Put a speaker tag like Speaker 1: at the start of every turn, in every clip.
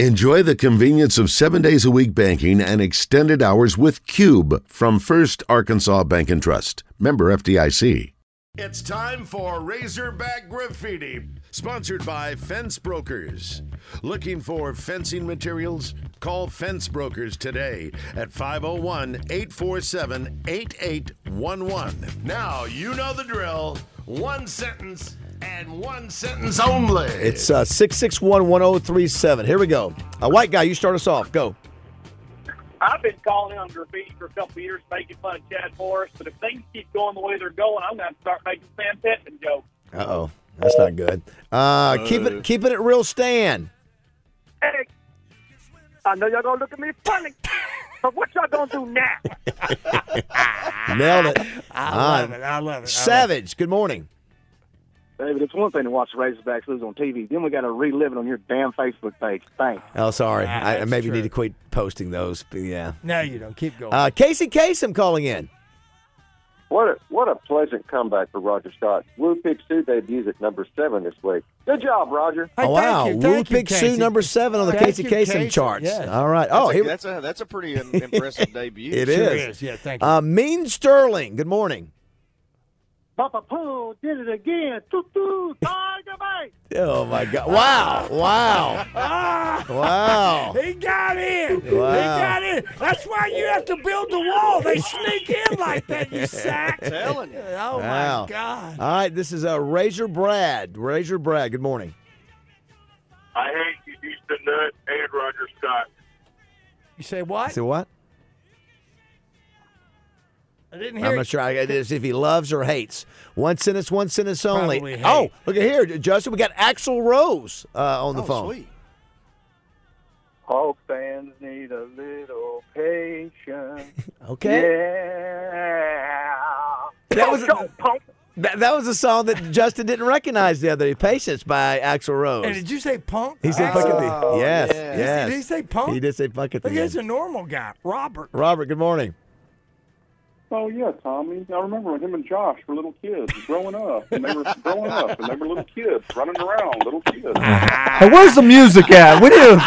Speaker 1: Enjoy the convenience of seven days a week banking and extended hours with Cube from First Arkansas Bank and Trust. Member FDIC.
Speaker 2: It's time for Razorback Graffiti, sponsored by Fence Brokers. Looking for fencing materials? Call Fence Brokers today at 501 847 8811. Now, you know the drill. One sentence and one sentence only.
Speaker 3: It's uh, 661-1037. Here we go. A white guy, you start us off. Go.
Speaker 4: I've been calling on graffiti for a couple of years, making fun of Chad Morris, but if things keep going the way they're going, I'm going to start making Sam Pittman jokes.
Speaker 3: Uh oh, that's not good. Uh, keep it, keeping it real, Stan.
Speaker 5: Hey, I know y'all gonna look at me funny, but what y'all gonna do now?
Speaker 3: Nailed it.
Speaker 6: I love
Speaker 3: Uh,
Speaker 6: it. I love it.
Speaker 3: Savage. Good morning.
Speaker 7: David, it's one thing to watch Razorbacks lose on TV. Then we got to relive it on your damn Facebook page. Thanks.
Speaker 3: Oh, sorry.
Speaker 6: Ah,
Speaker 3: I I
Speaker 6: that's
Speaker 3: maybe
Speaker 6: true.
Speaker 3: need to quit posting those. But yeah.
Speaker 6: No, you don't. Keep going.
Speaker 3: Uh, Casey Kasem calling in.
Speaker 8: What a, what a pleasant comeback for Roger Scott. Woo Pig Sue debuts at number seven this week. Good job, Roger.
Speaker 6: Hey,
Speaker 3: oh,
Speaker 6: thank
Speaker 3: wow.
Speaker 6: you,
Speaker 3: Wu
Speaker 6: thank you,
Speaker 3: Pig Sue
Speaker 6: Casey.
Speaker 3: number seven on the
Speaker 6: Thank
Speaker 3: Casey
Speaker 6: you,
Speaker 3: Kasem
Speaker 6: Casey.
Speaker 3: charts.
Speaker 6: Yes.
Speaker 3: All right. Oh,
Speaker 9: that's,
Speaker 3: here
Speaker 9: a, that's a that's a pretty im- impressive debut.
Speaker 3: it
Speaker 6: Sure
Speaker 3: is.
Speaker 6: is. Yeah, thank you.
Speaker 3: Uh, mean Sterling. Good morning.
Speaker 5: Papa Pooh did it again. Toot toot, tiger bait.
Speaker 3: Oh my God! Wow! Wow! wow!
Speaker 6: He got in. He
Speaker 3: Wow.
Speaker 6: got in. That's why you have to build the wall. They sneak in like that, you sack.
Speaker 9: telling you.
Speaker 6: Oh,
Speaker 3: Wow.
Speaker 6: my God.
Speaker 3: All right, this is uh, Razor Brad. Razor Brad, good morning.
Speaker 4: I hate you, Houston Nut and Roger Scott.
Speaker 6: You say what?
Speaker 3: Say what?
Speaker 6: I didn't hear
Speaker 3: I'm
Speaker 6: you.
Speaker 3: not sure. I, it is if he loves or hates. One sentence, one sentence only.
Speaker 6: Probably hate.
Speaker 3: Oh, look at here, Justin. We got Axel Rose uh, on the
Speaker 9: Oh,
Speaker 3: phone.
Speaker 9: sweet.
Speaker 7: Hawk fans need a little patience.
Speaker 3: Okay,
Speaker 7: Yeah.
Speaker 3: that was
Speaker 5: Go, punk.
Speaker 3: that, that was a song that Justin didn't recognize the other day. Patience by Axel Rose.
Speaker 6: And did you say punk?
Speaker 3: he said,
Speaker 6: Axel?
Speaker 3: "Fucking the-" yes,
Speaker 9: yeah.
Speaker 3: yes."
Speaker 6: Did Oh, he say punk?
Speaker 3: He did say "fuck it."
Speaker 6: Look, he's a normal guy. Robert.
Speaker 3: Robert, good morning.
Speaker 7: Oh yeah, Tommy. I remember when him and Josh were little kids growing up, and they were growing up, and they were little kids running around, little kids.
Speaker 10: Hey, where's the music at? We need to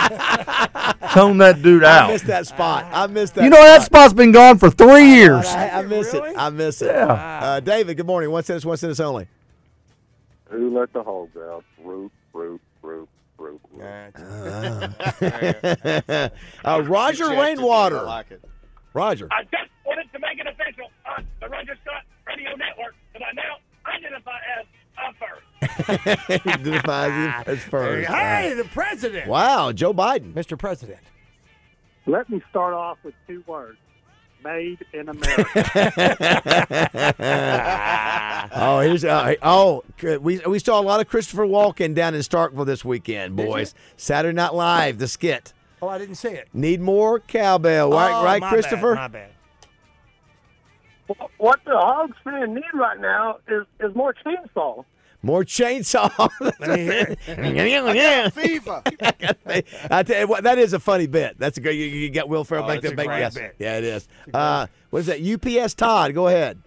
Speaker 10: tone that dude
Speaker 3: I
Speaker 10: out.
Speaker 3: missed that spot. I missed that.
Speaker 10: You know that
Speaker 3: spot.
Speaker 10: spot's been gone for three years.
Speaker 3: I, I miss
Speaker 6: Really?
Speaker 3: it. I miss it. Uh, David, good morning. One sentence, one sentence only.
Speaker 8: Who let the hogs out? Roop, roop, roop, roop.
Speaker 3: uh, Roger
Speaker 9: Rejected,
Speaker 3: Rainwater.
Speaker 9: I like it.
Speaker 3: Roger.
Speaker 4: I just wanted to make it official on the Roger Scott Radio Network that I now identify as a first.
Speaker 3: Identifies you as first.
Speaker 6: Hey, the president.
Speaker 3: Wow, Joe Biden.
Speaker 6: Mr. President.
Speaker 5: Let me start off with two words: made in America.
Speaker 3: Oh, here's uh, oh, good. we we saw a lot of Christopher Walken down in Starkville this weekend, boys. Saturday Night Live, the skit.
Speaker 6: Oh, I didn't see it.
Speaker 3: Need more cowbell, right?
Speaker 6: Oh,
Speaker 3: right,
Speaker 6: my
Speaker 3: Christopher.
Speaker 6: Bad, my bad.
Speaker 5: what the hogs fan need right now is is more chainsaw.
Speaker 3: More chainsaw.
Speaker 6: Let me hear it.
Speaker 3: yeah.
Speaker 9: Fever.
Speaker 3: I tell you what, that is a funny bit. That's a good. You, you got Will Ferrell
Speaker 9: Oh,
Speaker 3: make
Speaker 9: that's
Speaker 3: the
Speaker 9: a
Speaker 3: big
Speaker 9: great
Speaker 3: yes.
Speaker 9: bit.
Speaker 3: Yeah, it is. Uh, what is that? UPS Todd, go ahead.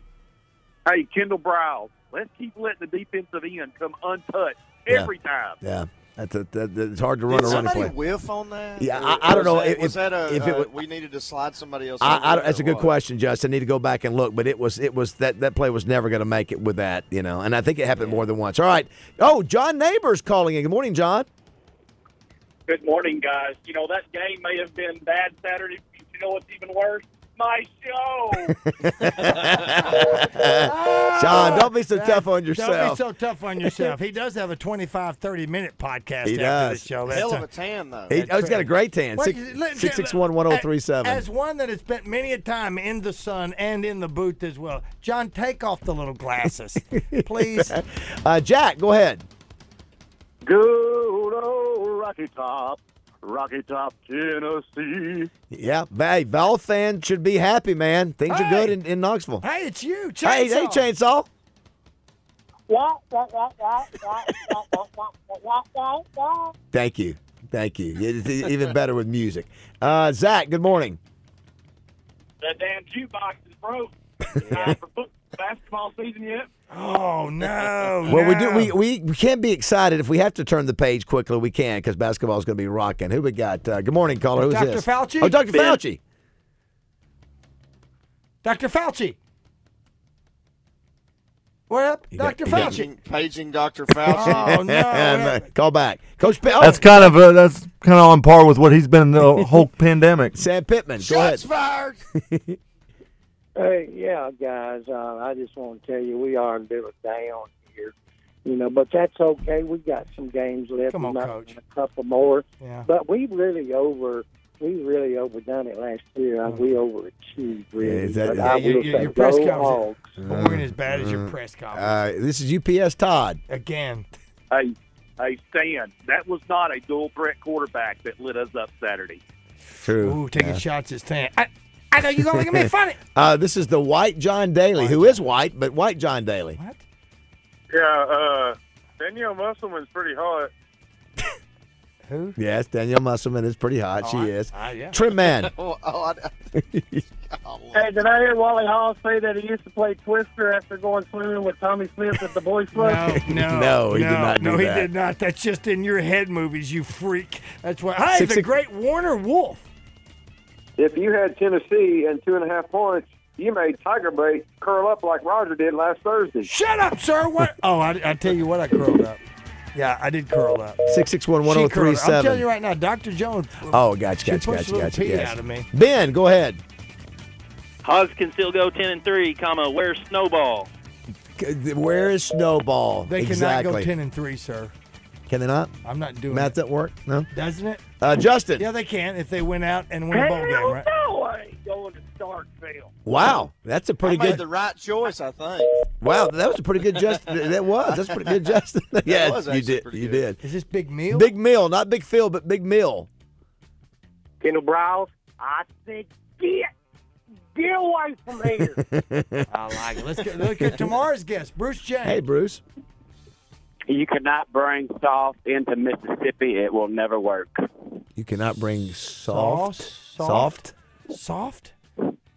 Speaker 4: Hey, Kendall Brown, let's keep letting the defensive end come untouched
Speaker 3: Yeah.
Speaker 4: every time.
Speaker 3: Yeah, that's a, that, that- it's hard to run
Speaker 9: Did
Speaker 3: a running
Speaker 9: somebody
Speaker 3: play.
Speaker 9: whiff on that?
Speaker 3: Yeah,
Speaker 9: Or
Speaker 3: I- I don't
Speaker 9: was
Speaker 3: know
Speaker 9: That,
Speaker 3: if-
Speaker 9: was that a,
Speaker 3: if it
Speaker 9: uh,
Speaker 3: was-
Speaker 9: we needed to slide somebody else?
Speaker 3: I,
Speaker 9: over
Speaker 3: I,
Speaker 9: there,
Speaker 3: that's a
Speaker 9: or
Speaker 3: good
Speaker 9: what?
Speaker 3: question, Justin. Need to go back and look, but it was it was that that play was never going to make it with that, you know. And I think it happened more than once. All right. Oh, John Neighbors calling in. Good morning, John.
Speaker 4: Good morning, guys. You know, that game may have been bad Saturday. but You know what's even worse? My show.
Speaker 3: John, don't be so tough on
Speaker 6: Don't be
Speaker 3: yourself.
Speaker 6: so tough on yourself. He does have a 25, 30 minute podcast
Speaker 3: He
Speaker 6: after
Speaker 3: does.
Speaker 6: the show. That's
Speaker 9: Hell of
Speaker 6: a-
Speaker 9: a tan though.
Speaker 3: he, oh, he's got a great tan.
Speaker 6: Well,
Speaker 3: Six
Speaker 6: you- let-
Speaker 3: six six one one zero three seven.
Speaker 6: As one that has spent many a time in the sun and in the booth as well, John, take off the little glasses, please.
Speaker 3: Uh, Jack, go ahead.
Speaker 7: Good old Rocky Top, Rocky Top, Tennessee.
Speaker 3: Yeah, but, hey, Val fans should be happy, man. Things are good
Speaker 6: Hey.
Speaker 3: in, in Knoxville.
Speaker 6: Hey, it's you, Chainsaw.
Speaker 3: Hey, hey, chainsaw.
Speaker 5: Wah, wah, wah, wah, wah, wah, wah, wah, wah, wah, wah.
Speaker 3: Thank you, thank you. It's e- even better with music. Uh, Zach, good morning.
Speaker 4: that damn jukebox is broke. Time for football, basketball season yet?
Speaker 6: Oh no!
Speaker 3: Well, we do.
Speaker 6: no.
Speaker 3: We, we we can't be excited if we have to turn the page quickly. We can because basketball's going to be rocking. Who we got? Uh, good morning, caller. Who's
Speaker 6: Dr.
Speaker 3: this?
Speaker 6: Fauci?
Speaker 3: Oh, Dr.
Speaker 6: Ben.
Speaker 3: Fauci.
Speaker 6: Dr. Fauci. What up, Dr. Fauci?
Speaker 9: Paging, paging Dr. Fauci.
Speaker 6: Oh, no.
Speaker 3: And, uh, call back, Coach. oh, Pitt.
Speaker 10: That's kind of uh, that's kind of on par with what he's been the whole pandemic.
Speaker 3: Sam Pittman. Go ahead.
Speaker 9: fired.
Speaker 11: Hey, yeah, guys. Uh, I just want to tell you we are a little down here, you know, but that's okay. We got some games left.
Speaker 6: Come on,
Speaker 11: We might
Speaker 6: Coach.
Speaker 11: have A couple more,
Speaker 6: Yeah.
Speaker 11: but we really over. We really overdone it last year. Uh, We overachieved, really.
Speaker 3: Yeah, is that-
Speaker 11: but
Speaker 3: Yeah,
Speaker 11: I
Speaker 3: you-
Speaker 11: will
Speaker 6: you-
Speaker 11: say,
Speaker 6: your press
Speaker 11: go
Speaker 6: conference-
Speaker 11: Hogs.
Speaker 6: But we're in as bad as your press conference
Speaker 3: Uh, this is UPS Todd.
Speaker 6: again.
Speaker 5: Hey, hey, Stan, that was not a dual threat quarterback that lit us up Saturday.
Speaker 3: True.
Speaker 6: Ooh, taking shots at Stan. I, I know you're gonna make me funny.
Speaker 3: Uh, this is the White John Daly, who is white, but White John Daly.
Speaker 6: What?
Speaker 12: Yeah, uh, Danielle Musselman's pretty hot.
Speaker 6: Who?
Speaker 3: Yes, Danielle Musselman is pretty hot. she is.
Speaker 6: Ah, yeah.
Speaker 3: Trim man.
Speaker 9: oh, oh, I,
Speaker 12: Hey, did I hear Wally Hall say that he used to play Twister after going swimming with Tommy Smith at the boys' club?
Speaker 6: No, no,
Speaker 3: No, he did
Speaker 6: no,
Speaker 3: not do
Speaker 6: no,
Speaker 3: that.
Speaker 6: he did not. That's just in your head movies, you freak. That's why. Hey,
Speaker 3: Six
Speaker 6: the
Speaker 3: o'c-
Speaker 6: great Warner Wolf.
Speaker 8: If you had Tennessee and two and a half points, you made Tiger Bay curl up like Roger did last Thursday.
Speaker 6: Shut up, sir. What? Oh, I, I tell you what, I curled up. Yeah, I did curl up.
Speaker 3: Six six one one
Speaker 6: She
Speaker 3: zero
Speaker 6: curled
Speaker 3: three
Speaker 6: up. I'm telling
Speaker 3: seven.
Speaker 6: you right now, Dr. Jones.
Speaker 3: Oh, gotcha,
Speaker 6: She
Speaker 3: gotcha,
Speaker 6: pushed
Speaker 3: gotcha,
Speaker 6: a little
Speaker 3: gotcha.
Speaker 6: pee
Speaker 3: yes.
Speaker 6: out of me.
Speaker 3: Ben, go ahead.
Speaker 13: Hogs can still go ten and three, comma, where's snowball?
Speaker 3: C- th- Where is Snowball?
Speaker 6: They
Speaker 3: exactly.
Speaker 6: cannot go 10 and 3, sir.
Speaker 3: Can they not?
Speaker 6: I'm not doing
Speaker 3: Math
Speaker 6: that.
Speaker 3: at work? No.
Speaker 6: Doesn't it?
Speaker 3: Uh, Justin.
Speaker 6: Yeah, they can if they went out and win a bowl game, right?
Speaker 5: no, I ain't going to Starkville.
Speaker 3: Wow, that's a pretty
Speaker 9: I made
Speaker 3: good.
Speaker 9: the right choice, I think.
Speaker 3: Wow, that was a pretty good Justin. that was. That's pretty good Justin. yeah,
Speaker 9: was
Speaker 3: you
Speaker 9: actually
Speaker 3: did.
Speaker 9: pretty
Speaker 3: You
Speaker 9: good.
Speaker 3: did.
Speaker 6: Is this Big Meal?
Speaker 3: Big meal, not big Phil, but big meal.
Speaker 5: Kendall Browse, I said, get, get away from here.
Speaker 6: I like it. Let's get, look at tomorrow's guest, Bruce James.
Speaker 3: Hey, Bruce.
Speaker 14: You cannot bring sauce into Mississippi. It will never work.
Speaker 3: You cannot bring soft,
Speaker 6: Sauce,
Speaker 3: soft.
Speaker 6: Soft?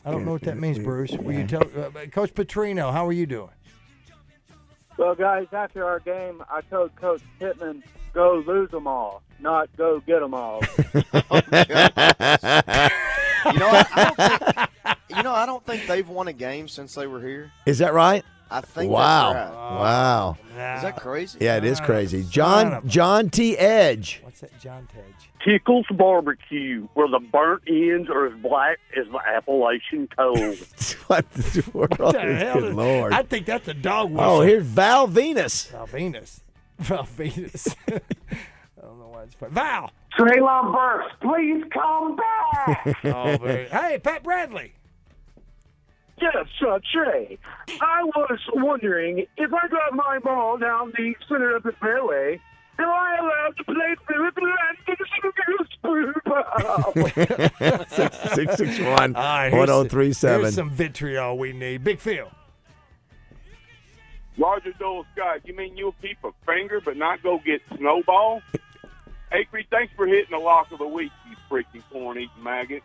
Speaker 6: I don't know what that means, Bruce. Will you tell uh, Coach Petrino? How are you doing?
Speaker 12: Well, guys, after our game, I told Coach Pittman, go lose them all, not go get them all.
Speaker 9: Oh, You know, I, I don't think, you know, I don't think they've won a game since they were here.
Speaker 3: Is that right?
Speaker 9: I think
Speaker 3: wow.
Speaker 9: that's right.
Speaker 3: Wow.
Speaker 9: Is that crazy?
Speaker 3: Yeah, it is
Speaker 6: Son
Speaker 3: crazy.
Speaker 6: of a-
Speaker 3: John John T. Edge.
Speaker 6: What's that, John Tedge?
Speaker 5: Tickles Barbecue, where the burnt ends are as black as the Appalachian coal.
Speaker 3: what the world?
Speaker 6: What the
Speaker 3: is-
Speaker 6: hell
Speaker 3: Oh, good
Speaker 6: is-
Speaker 3: lord.
Speaker 6: I think that's a dog whistle.
Speaker 3: oh, here's Val Venus.
Speaker 6: Val Venus. Val Venus. I don't know why it's funny. Val.
Speaker 5: Traylon Burks, please come back.
Speaker 6: Oh, very- hey, Pat Bradley.
Speaker 5: yes, uh, Trey. I was wondering if I got my ball down the center of the fairway, am I allowed to play Philip Landis?
Speaker 3: six six six one
Speaker 6: All right,
Speaker 3: one
Speaker 6: here's-
Speaker 3: zero three
Speaker 6: Here's
Speaker 3: seven.
Speaker 6: some vitriol we need. Big Phil.
Speaker 12: Roger Dole Scott, you mean you'll keep a finger but not go get snowball? Acree, thanks for hitting the lock of the week, you freaking corn-eating maggot.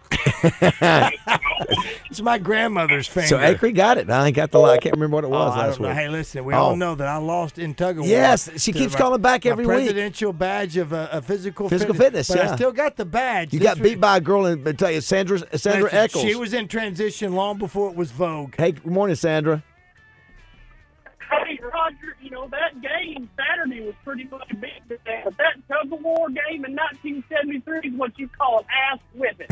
Speaker 6: It's my grandmother's finger.
Speaker 3: So Acree got it. I ain't got the lie. I can't remember what it
Speaker 6: Oh,
Speaker 3: was
Speaker 6: I
Speaker 3: last
Speaker 6: don't know.
Speaker 3: week.
Speaker 6: Hey, listen, we
Speaker 3: Oh.
Speaker 6: all know that I lost in tug of war.
Speaker 3: Yes, she
Speaker 6: to
Speaker 3: keeps
Speaker 6: my-
Speaker 3: calling back
Speaker 6: my
Speaker 3: every week.
Speaker 6: Presidential badge of uh, a, a physical
Speaker 3: Physical fitness,
Speaker 6: but
Speaker 3: yeah.
Speaker 6: I still got the badge.
Speaker 3: You
Speaker 6: This
Speaker 3: got beat
Speaker 6: was-
Speaker 3: by a girl in I tell you, Sandra Sandra
Speaker 6: listen,
Speaker 3: Eccles.
Speaker 6: She was in transition long before it was Vogue.
Speaker 3: Hey, good morning, Sandra.
Speaker 5: Hey, Roger, you know, that game Saturday was pretty much a big day, but that tug of war game in 1973 is what you call an ass whipping.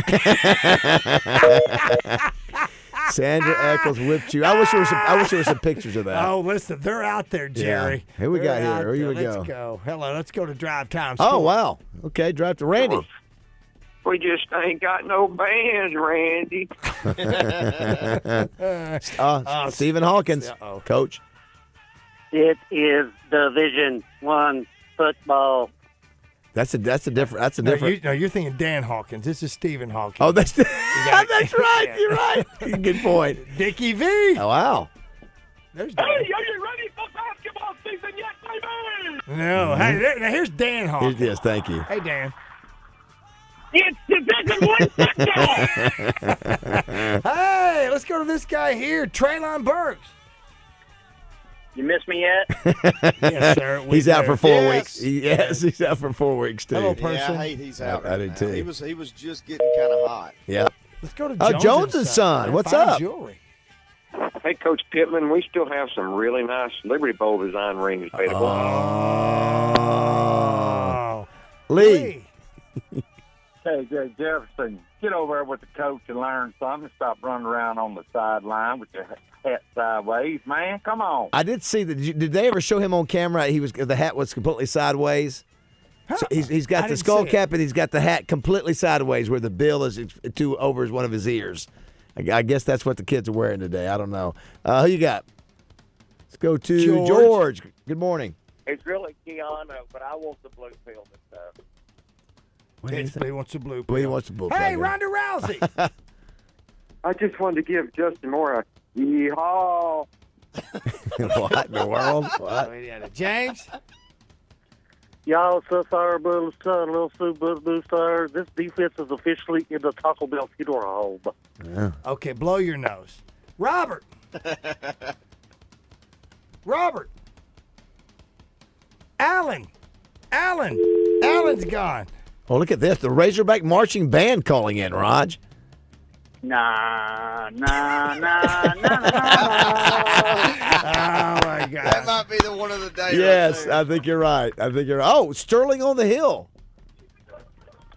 Speaker 3: Sandra Eccles whipped you. I wish there was some, I wish there was some pictures of that.
Speaker 6: Oh, listen, they're out there, Jerry.
Speaker 3: Yeah. Who we
Speaker 6: They're
Speaker 3: got here?
Speaker 6: out
Speaker 3: Here
Speaker 6: there.
Speaker 3: we
Speaker 6: let's
Speaker 3: go.
Speaker 6: Hello, let's go to drive time.
Speaker 3: Oh
Speaker 6: Score.
Speaker 3: wow. Okay, drive to Randy.
Speaker 6: Oh,
Speaker 5: We just ain't got no bands, Randy.
Speaker 3: uh,
Speaker 6: oh,
Speaker 3: Stephen Hawkins, coach.
Speaker 15: It is Division One football.
Speaker 3: That's a that's a different that's a
Speaker 6: No,
Speaker 3: different.
Speaker 6: you, no, you're thinking Dan Hawkins. This is Stephen Hawkins.
Speaker 3: oh, that's
Speaker 6: got it.
Speaker 3: that's right. You're right. Good point.
Speaker 6: Dickie V.
Speaker 3: Oh wow.
Speaker 6: There's
Speaker 5: Hey, are
Speaker 6: Dan.
Speaker 5: you ready for basketball season yet, baby?
Speaker 6: No,
Speaker 3: Mm-hmm.
Speaker 6: hey, there, now here's Dan
Speaker 3: Here-
Speaker 6: Hawkins.
Speaker 3: Yes, thank you.
Speaker 6: Hey, Dan.
Speaker 5: It's Division One football.
Speaker 6: Hey, let's go to this guy here, Traylon Burks.
Speaker 15: You miss me yet?
Speaker 3: he's out for four
Speaker 15: Yes.
Speaker 3: weeks. Yes, he's out for four weeks too.
Speaker 6: Hello,
Speaker 9: Yeah, I hate he's
Speaker 3: I-
Speaker 9: out.
Speaker 3: I,
Speaker 9: right
Speaker 3: did
Speaker 9: now.
Speaker 3: too.
Speaker 9: He was he was just getting kind of hot.
Speaker 3: yeah.
Speaker 6: Let's go to
Speaker 3: Oh, Jones and Son. What's up?
Speaker 8: Hey, Coach Pittman, we still have some really nice Liberty Bowl design rings available.
Speaker 16: Uh-huh.
Speaker 3: Oh. Lee.
Speaker 16: KJ Jefferson, get over there with the coach and learn something. Stop running around on the sideline with your hat sideways, man. Come on.
Speaker 3: I did see that. Did, you- did they ever show him on camera? He was the hat was completely sideways. So he's, he's got
Speaker 6: I
Speaker 3: the
Speaker 6: didn't
Speaker 3: skull
Speaker 6: see it.
Speaker 3: cap and he's got the hat completely sideways, where the bill is two over is one of his ears. I, I guess that's what the kids are wearing today. I don't know. Uh, who you got? Let's go to George.
Speaker 17: George.
Speaker 3: Good morning.
Speaker 17: It's really Keanu, but I want the blue pill this time.
Speaker 6: He wants a blue.
Speaker 3: Well, he wants the bull.
Speaker 6: Hey, Ronda Rousey.
Speaker 8: I just wanted to give Justin Moore a yeehaw.
Speaker 3: what in the world? What?
Speaker 6: James?
Speaker 18: Y'all, Sunfire Boo, Sun, Little Sue, Boo Boo Sir, this defense is officially in the Taco Bell funeral home.
Speaker 6: Okay, blow your nose. Robert. Robert. Allen. Allen. Allen's gone.
Speaker 3: Oh, look at this. The Razorback Marching Band calling in, Raj.
Speaker 15: Nah, nah, nah, nah, nah.
Speaker 6: oh my God!
Speaker 8: That might be the one of the day.
Speaker 3: Yes, I think you're right. I think you're right. Oh, Sterling on the Hill.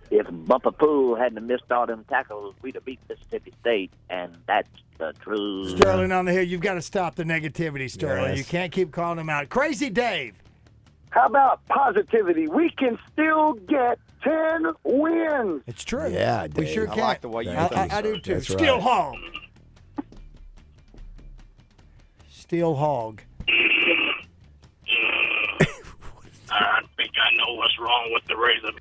Speaker 17: If Bumper Pool hadn't missed all them tackles, we'd have beat Mississippi State, and that's the truth.
Speaker 6: Sterling on the hill. You've got to stop the negativity, Sterling.
Speaker 17: Yes.
Speaker 6: You can't keep calling him out. Crazy Dave.
Speaker 16: How about positivity? We can still get 10 wins.
Speaker 6: It's true.
Speaker 3: Yeah,
Speaker 6: We
Speaker 3: Dave.
Speaker 6: sure
Speaker 3: I
Speaker 6: can.
Speaker 3: like the way you
Speaker 6: I,
Speaker 3: think,
Speaker 6: I,
Speaker 3: sir.
Speaker 6: I do too.
Speaker 3: That's
Speaker 6: Still
Speaker 3: right.
Speaker 6: hog. Still hog.
Speaker 5: I think I know what's wrong with the razor.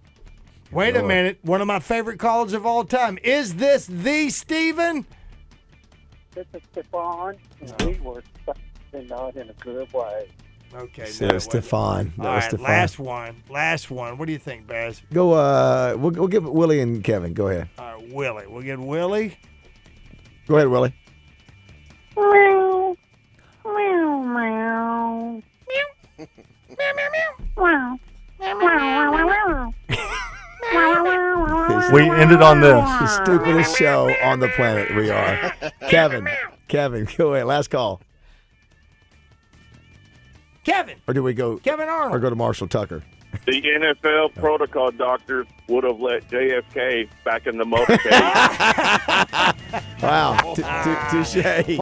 Speaker 6: Wait a minute. One of my favorite callers of all time. Is this the Steven?
Speaker 11: This is Stephon, and we were not in a good way.
Speaker 6: Okay.
Speaker 3: So uh, Stefan. That
Speaker 6: all
Speaker 3: was
Speaker 6: right,
Speaker 3: Stefan.
Speaker 6: last one. Last one. What do you think, Baz?
Speaker 3: Go. Uh, we'll, we'll give Willie and Kevin. Go ahead.
Speaker 6: All right, Willie. We'll get Willie.
Speaker 3: Go ahead, Willie.
Speaker 5: Meow. Meow, meow. Meow. Meow, meow, meow. Wow. Meow, meow, meow, meow. Meow, meow, meow.
Speaker 10: We ended on this.
Speaker 3: The stupidest show on the planet. We are. Kevin. Kevin. Go ahead. Last call.
Speaker 6: Kevin.
Speaker 3: Or do we go?
Speaker 6: Kevin Arnold.
Speaker 3: Or go to Marshall Tucker.
Speaker 12: The NFL protocol doctors would have let JFK back in the motorcade.
Speaker 3: Wow. T- t- touche.